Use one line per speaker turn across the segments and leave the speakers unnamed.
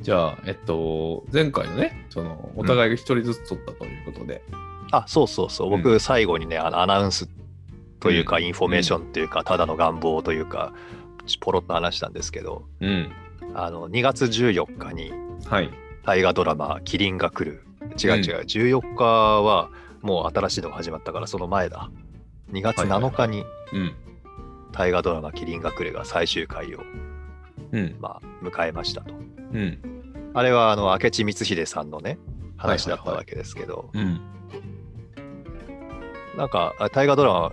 じゃあ、えっと、前回のね、その、お互いが一人ずつ取ったということで。
あ、そうそうそう。
う
僕、最後にね、あのアナウンスというか、インフォメーションというか、ただの願望というか、ポロッと話したんですけど、
うん。
あの、2月14日に
はい。
大河ドラマ、キリンが来る。違う違う。14日は、もう新しいのが始まったから、その前だ。2月7日に
うん。
大河ドラマ、キリンが来るが最終回を、
うん。
まあ、迎えましたと。
うん。
あれは、あの、明智光秀さんのね、話だったわけですけど、
うん。
なんか、あ大河ドラマ、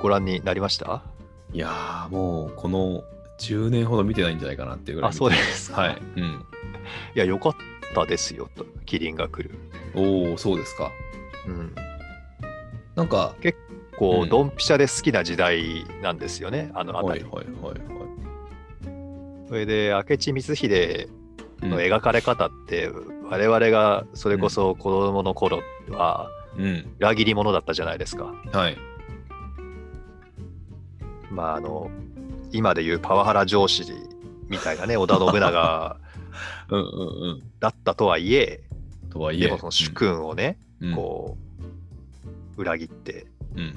ご覧になりました
いやー、もう、この10年ほど見てないんじゃないかなっていうぐらい。
あ、そうですか。
はい。うん。
いや、良かったですよ、と。キリンが来る。
おおそうですか。
うん。
なんか、
こ
う
う、
ん
ドンピシャで好きな時代なんですよね、あの
は
辺
い
り。
はいはいは
それで、明智光秀
い。
の描かれ方って、我々がそれこそ子供の頃は、
うん。
裏切り者だったじゃないですか。
うん。はい。
まあ、あの、今でいうパワハラ上司みた いなね、織田信長
うんうん
だったとはいえ、
うん。とはいえ。
でもその主君をね、
うん、
こう、裏切って、
うん。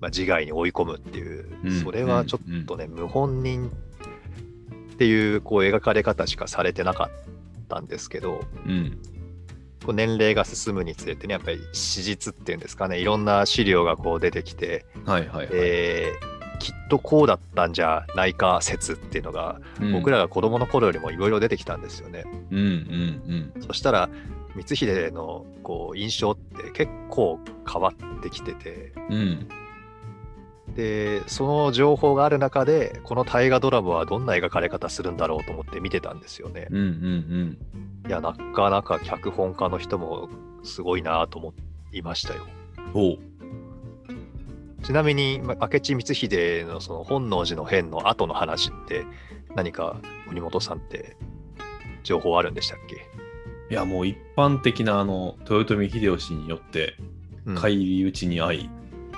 まあ、自害に追い込むっていう、
うん
それはちょっとね、無本人っていうこう描かれ方しかされてなかったんですけど
うん。
こう年齢が進むにつれてねやっぱり史実っていうんですかねいろんな資料がこう出てきて、
はいはいはい。
えーきっとこうだったんじゃないか説っていうのが、
うん
僕らが子どもの頃よりもいろいろ出てきたんですよね。
うんうん
そしたら光秀のこう印象って結構変わってきてて。
うん。うん。
でその情報がある中でこの大河ドラマはどんな描かれ方するんだろうと思って見てたんですよね
うん。うん
いやなかなか脚本家の人もすごいなと思いましたよ。
うん。おう。
ちなみにま明智光秀のその本能寺の変の後の話って何か森本さんって情報あるんでしたっけ、
いやもう一般的なあの豊臣秀吉によって
うん
返り討ちに遭い、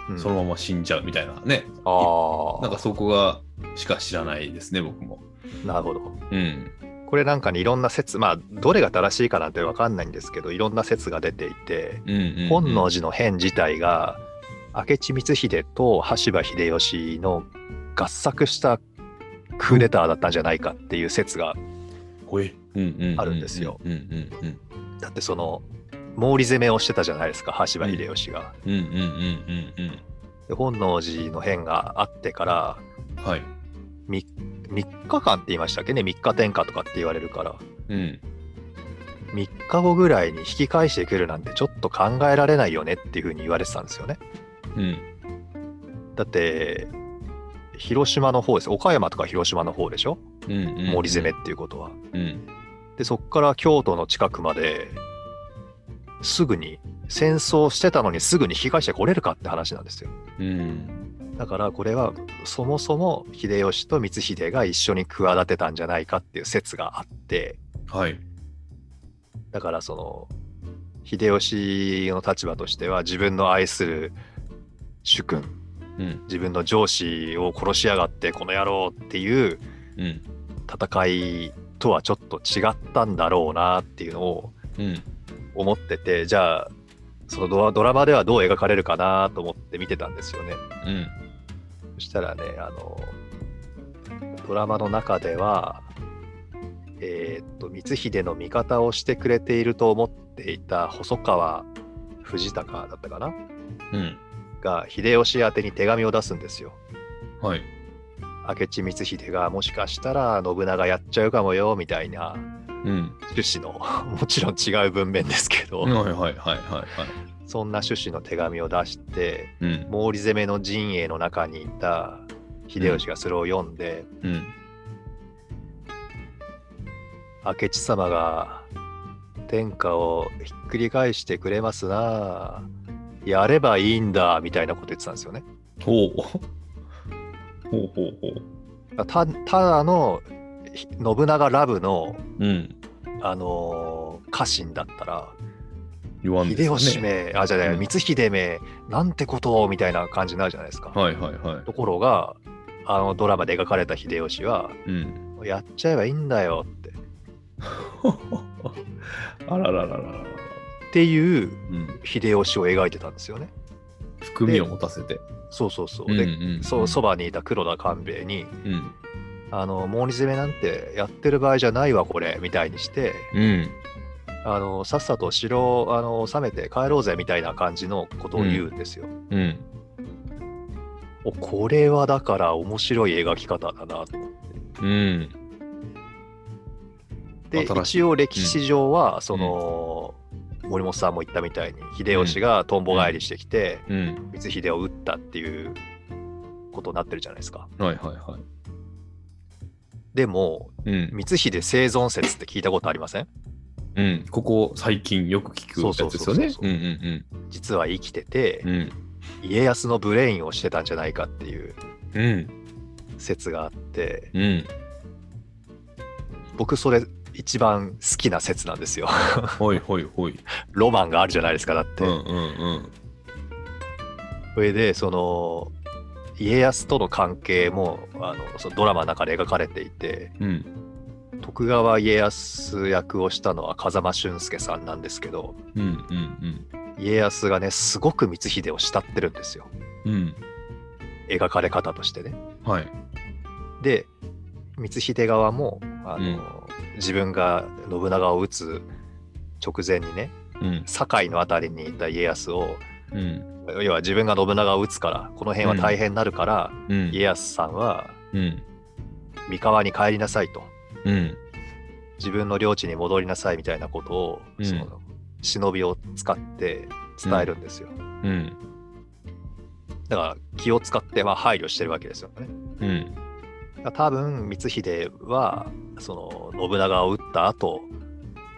うん
そのまま死んじゃうみたいなね、
あ
なんかそこがしか知らないですね僕も
あなるほど。
うん
これなんかにいろんな説まあどれが正しいかなんて分かんないんですけどいろんな説が出ていて。
うんうん、うん、
本能寺の変自体が明智光秀と羽柴秀吉の合作したクーデターだったんじゃないかっていう説が
ほえうんうんう
あるんですよ
うんうんうん
だってその毛利攻めをしてたじゃないですか羽柴秀吉が。
うんうんうんうんうん
で本能寺の変があってから
うんはい
3日間って言いましたっけね3日天下とかって言われるから
うん
3日後ぐらいに引き返してくるなんてちょっと考えられないよねっていうふうに言われてたんですよね。
うん
だって広島の方です岡山とか広島の方でしょ
うんうんうん
毛利攻めっていうことは。
うん
でそこから京都の近くまですぐに戦争してたのにすぐに引き返してこれるかって話なんですよ
うん
だからこれはそもそも秀吉と光秀が一緒に企てたんじゃないかっていう説があって
はい
だからその秀吉の立場としては自分の愛する主君
うん
自分の上司を殺しやがってこの野郎っていう
うん
戦いとはちょっと違ったんだろうなっていうのを
うん
思っててじゃあそのドラドラマではどう描かれるかなと思って見てたんですよね
うん
そしたらねあのドラマの中ではえーっと光秀の味方をしてくれていると思っていた細川藤孝だったかな
うん
が秀吉宛てに手紙を出すんですよ
はい
明智光秀がもしかしたら信長やっちゃうかもよみたいな
うん
趣旨の もちろん違う文面ですけど、
はいはいはいはいはい
そんな趣旨の手紙を出して
うん
毛利攻めの陣営の中にいた秀吉がそれを読んで、
うん
明智様が天下をひっくり返してくれますなあやればいいんだみたいなこと言ってたんですよね。
ほう ほうほうほう
たただのひ信長ラブの、
うん
あのー家臣だったら、
言わんです
秀
かね
吉め、あ、じゃな
う
い、
ん
光秀め、なんてことをみたいな感じになるじゃないですか。
はいはいは
ところが、あのドラマで描かれた秀吉は、
い。うん。
やっちゃえばいいんだよって。
あらららららら。
ってい
う
う
ん。
秀吉を描いてたんですよね。
含みを持たせて。
そうそうそう。
うん
で、
うん
そそばにいた黒田官兵衛に
うん。
「あの毛利攻めなんてやってる場合じゃないわこれ」みたいにして
うん。
あのさっさと城をあの収めて帰ろうぜみたいな感じのことを言うんですよ。
うん。
おこれはだから面白い描き方だなと。
うん。
で
新しい
一応歴史上はその、森本さんも言ったみたいに秀吉がとんぼ返りしてきて、
うん。
光秀を撃ったっていうことになってるじゃないですか。
はいはいは
でも
い。うん。
光秀生存説って聞いたことありません
うん。ここ最近よく聞くやつですよね。
そうそうそうそう
うんうん
実は生きてて、
うん。うん。
家康のブレインをしてたんじゃないかっていう
うん。
説があって
うん。
僕それ一番好きな説なんですよ
ほいほいほい。
ロマンがあるじゃないですかだっ
う
て、
んうん
それでその家康との関係もあのそのドラマの中で描かれていて
うん。うん。
徳川家康役をしたのは風間俊介さんなんですけど
うんうん
家康がねすごく光秀を慕ってるんですよ
うん。うん。
描かれ方としてね
はい。
で光秀側もあの、
うん
自分が信長を討つ直前にね
うん。
堺の辺りにいた家康を
うん。
要は自分が信長を討つからこの辺は大変になるから、
うん。
家康さんは
うん。
三河に帰りなさいと
うん。
自分の領地に戻りなさいみたいなことを、
うん
その忍びを使って伝えるんですよ、
うん。
だから気を使ってまあ配慮してるわけですよね
うん。
多分光秀はその信長を討った後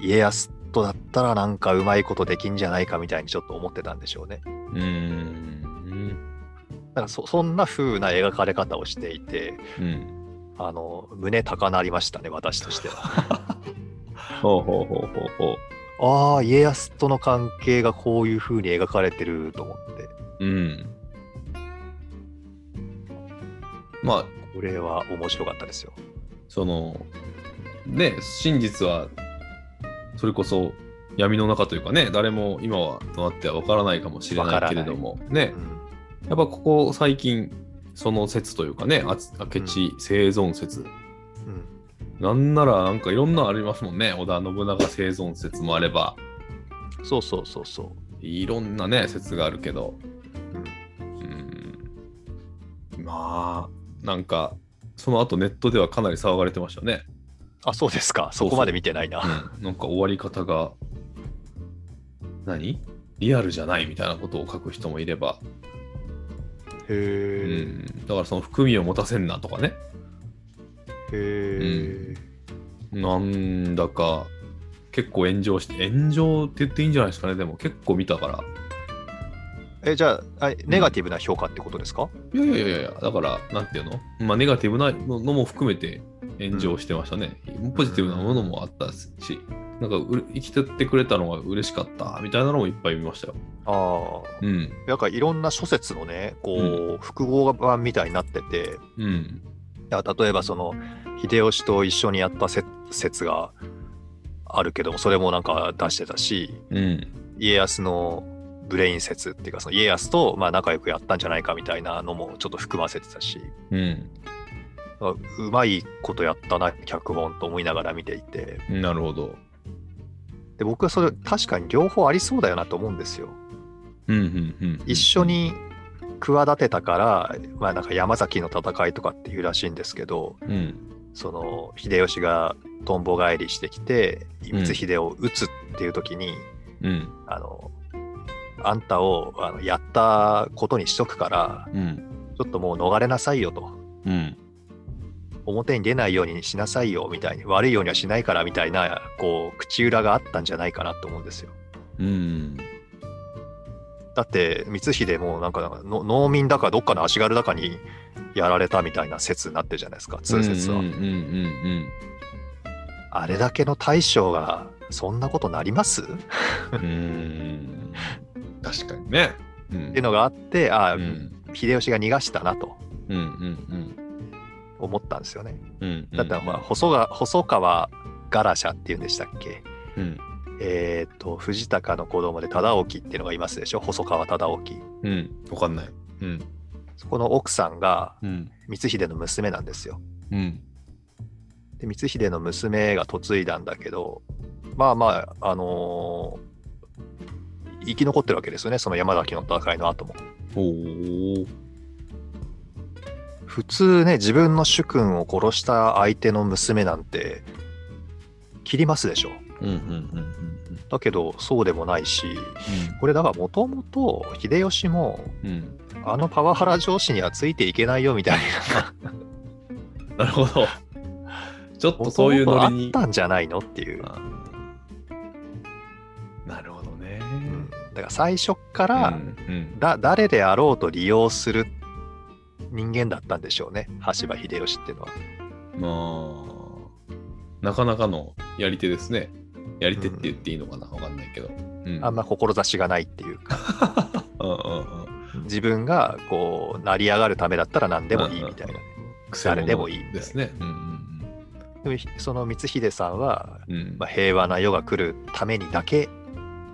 家康とだったらなんかうまいことできんじゃないかみたいにちょっと思ってたんでしょうね。
うん。
だからそそんな風な描かれ方をしていて
うん。
あの胸高鳴りましたね私とし ては。
ほうほうほうほうほ
ああ家康との関係がこういう風に描かれてると思って
う。うん。まあ、
これは面白かったですよ。
その、ね、真実は、それこそ闇の中というかね、誰も今はとなっては分からないかもしれないけれども、ね
う、ん
やっぱここ最近、その説というかね、あつ明智生存説、
うん
なんならなんかいろんなのありますもんね、織田信長生存説もあれば、
そうそうそうそ
いろんなね、説があるけど、
う。うん
うん、まあ、なんか、その後ネットではかなり騒がれてましたね。
あそうですか
そうそう
そこまで見てないな。
うんなんか終わり方が何リアルじゃないみたいなことを書く人もいれば、う
へえ。
ん、だからその含みを持たせんなとかね
へえ。
なんだか結構炎上して炎上って言っていいんじゃないですかねでも結構見たから
えじゃああネガティブな評価ってことですか、
いやいやいやいやだからなんていうの、まあ、ネガティブなのも含めて炎上してましたね、ポジティブなものもあったしなんかうれ生きてってくれたのが嬉しかったみたいなのもいっぱい見ましたよ
ああ
うん
なんかいろんな諸説のねこう、複合版みたいになってて
うん
だから例えばその秀吉と一緒にやったせ説があるけどもそれもなんか出してたし
うん
家康のブレイン説っていうかその家康とまあ仲良くやったんじゃないかみたいなのもちょっと含ませてたし
うん
あうまいことやったな脚本と思いながら見ていて
なるほど
で僕はそれ確かに両方ありそうだよなと思うんですよ。
うんうんうんうん
一緒に企てたから、まあ、なんか山崎の戦いとかっていうらしいんですけど
うん
その秀吉がとんぼ返りしてきて
うん
光秀を討つっていう時に、
うん
あのあんたをあのやったことにしとくから
うん
ちょっともう逃れなさいよと
うん
表に出ないようにしなさいよみたいに悪いようにはしないからみたいなこう口裏があったんじゃないかなと思うんですよ。
うん
だって光秀もなんかの農民だかどっかの足軽だかにやられたみたいな説になってるじゃないですか通説は、
うんうんうん
あれだけの大将がそんなことなりますっ
うんうんうん確かにねうん
ていうのがあってああ、
うん
秀吉が逃がしたなと
うんうんうん
思ったんですよね
うんうん
だってほら細が細川ガラシャっていうんでしたっけ
うん。
えっ、と、藤高の子供で忠興っていうのがいますでしょ細川忠興。
うん。わかんない。うん。
そこの奥さんが
うん。
光秀の娘なんですよ。
うん。
で、光秀の娘が嫁いだんだけど、まあまあ、あのー生き残ってるわけですよね、その山崎の戦いの後も。
おー。
普通ね、自分の主君を殺した相手の娘なんて、切りますでしょ。
うんうんうんうん
だけど、そうでもないし、これだからもともと秀吉も
うん。うん。
あのパワハラ上司にはついていけないよみたい
な
な
るほど。ちょっと そういう
元々
ノ
あ
リ
っ
に。
たんじゃないのっていう、
あーなるほどね。
うんだから最初か
う
ら、
んうん
だ誰であろうと利用する人間だったんでしょうね羽柴秀吉っていうのは
まあ、なかなかのやり手ですね。やり手って言っていいのかな、わかんないけど。うん、
あんま志がないっていうか
うんうんうん。
自分がこう成り上がるためだったら何でもいいみたいな、誰でもいいみたいな
ですね。うん
でもひその光秀さんは、
うんうん。うん
まあ、平和な世が来るためにだけ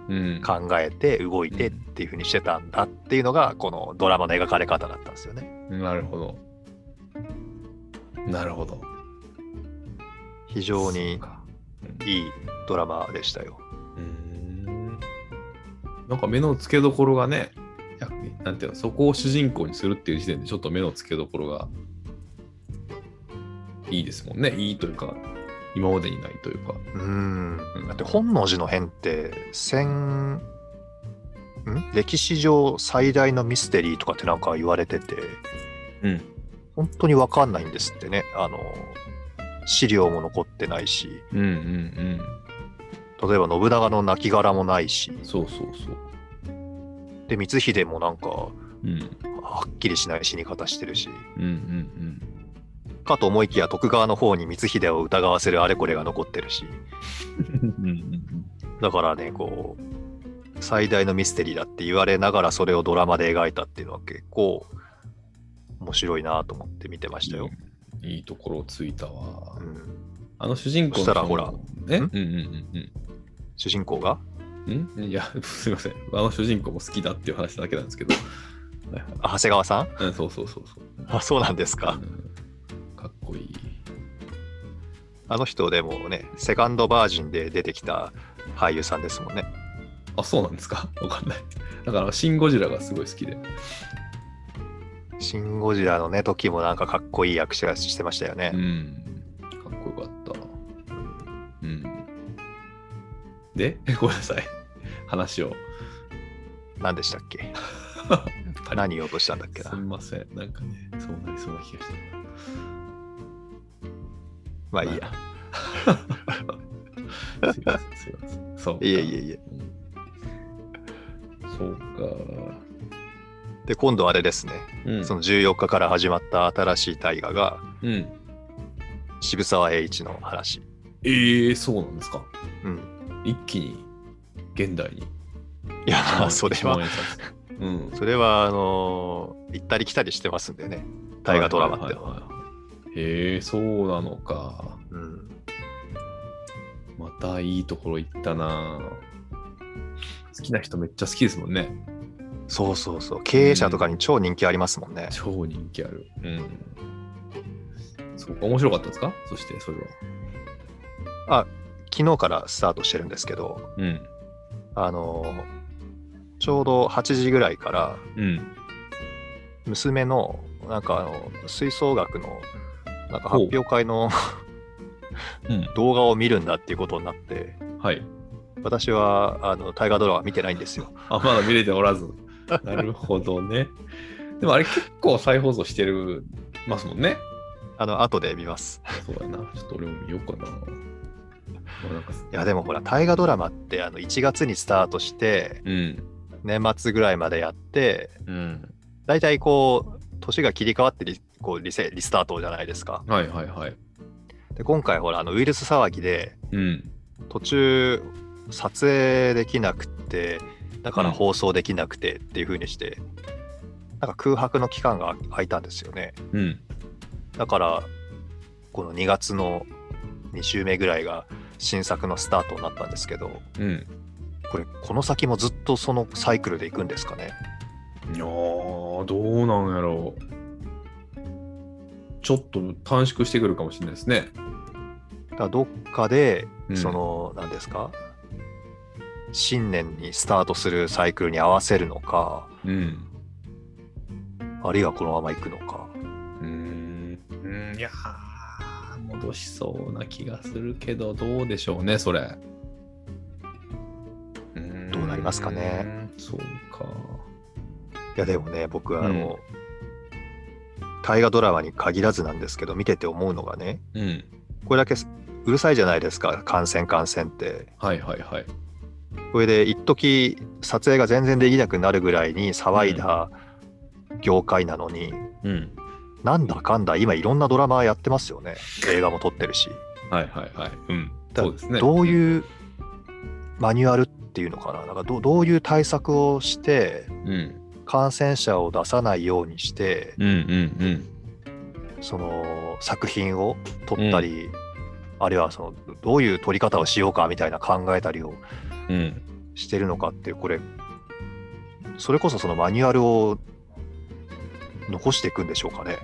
うん、
考えて動いてっていうふうにしてたんだっていうのがこのドラマの描かれ方だったんですよね。
なるほど。なるほど。
非常に
そうか
いいドラマでしたよ。
うーんなんか目の付けどころがね、やなんていうの、そこを主人公にするっていう時点で、ちょっと目の付けどころがいいですもんね。いいというか、今までにないというか。
うん。だって本能寺の変って戦ん歴史上最大のミステリーとかってなんか言われてて
うん。
本当に分かんないんですってね。あの資料も残ってないし
うんうんうん。
例えば信長の亡骸もないし
そうそうそう。
で光秀もなんか
うん
はっきりしない死に方してるし。
うんうん
かと思いきや徳川の方に光秀を疑わせるあれこれが残ってるし
うん。うんうん
だからねこう最大のミステリーだって言われながらそれをドラマで描いたっていうのは結構面白いなと思って見てましたよ。
うん。いいところをついたわ
う。ん、
あの主人公の
そしたらほら
えうんんうんうんうん。
主人公が
んいや、すいません。あの主人公も好きだっていう話だけなんですけど。はいはい
あ長谷川さん
うん、そうそうそうそう。
あそうなんです
う
か。
んかっこいい。
あの人でもねセカンドバージンで出てきた俳優さんですもんね。
あ、そうなんですかわかんない。だから、シン・ゴジラがすごい好きで。
シン・ゴジラのね時もなんかかっこいい役者してましたよね
う。ん。かっこよかった。うん。で、 ごめんなさい。話を。
何でしたっけ何言おうとしたんだっけ
す
な。
みません。なんかね、そうなりそうな気がしてる
まあいいや。
な。 すいません、すいません。そうか。
いえいえいえ。
うんそうか。
で今度あれですね、
うん。
その14日から始まった新しい大河が
うん、
渋沢栄一の話、
ええそうなんですか。
うん、
一気に、現代に。
いやまあそれは
一万円札。うん。
それはあのー行ったり来たりしてますんでね大河ドラマってのは,、
はいはいはいはいへえそうなのか。
うん、
またいいところ行ったな好きな人めっちゃ好きですもんね。
そうそうそう経営者とかに超人気ありますもんね、
超人気ある。うん。そうか、面白かったですかそして、それは。
昨日からスタートしてるんですけど
うん。
あのーちょうど8時ぐらいから
うん。
娘のなんかあの吹奏楽のなんか発表会の
う
動画を見るんだっていうことになって
ん。はい。
私はあの大河ドラマ見てないんですよ
あ、まだ見れておら ず。なるほどね。でもあれ結構再放送してるますもんね。
あの後で見ます。
そうやな。ちょっと俺も見ようかな。まあなんか
いやでもほら大河ドラマってあの1月にスタートして
うん。
年末ぐらいまでやって
うん。
大体こう年が切り替わってリこうリセリスタートじゃないですか。
はいはいはい。
で今回ほらあのウイルス騒ぎで
うん。
途中撮影できなくてだから放送できなくてっていう風にして、なんか空白の期間が空いたんですよね。
うん。
だからこの2月の2週目ぐらいが新作のスタートになったんですけど、
うん。
これ、この先もずっとそのサイクルでいくんですかね。
いやー、どうなんやろう。ちょっと短縮してくるかもしれないですね。
だからどっかで、
うん
その、何ですか、新年にスタートするサイクルに合わせるのか、
うん。
あるいはこのまま行くのか。
うーんうんいやー戻しそうな気がするけどどうでしょうねそれうーん
どうなりますかね
そうか
いやでもね僕はあの、大河ドラマに限らずなんですけど見てて思うのがね
うん
これだけうるさいじゃないですか感染感染って
はいはいはい
これで一時撮影が全然できなくなるぐらいに騒いだ業界なのに、
うん
なんだかんだ今いろんなドラマやってますよね映画も撮ってるし
はいはいはいうん
だ
そうですね
どう
う
いうマニュアルっていうのかななんかどどういう対策をして
うん
感染者を出さないようにして、
うんうん
その作品を撮ったり、あるいはそのどういう撮り方をしようかみたいな考えたりを
うんうん
してるのかっていうこれそれこそそのマニュアルを残していくんでしょうかね。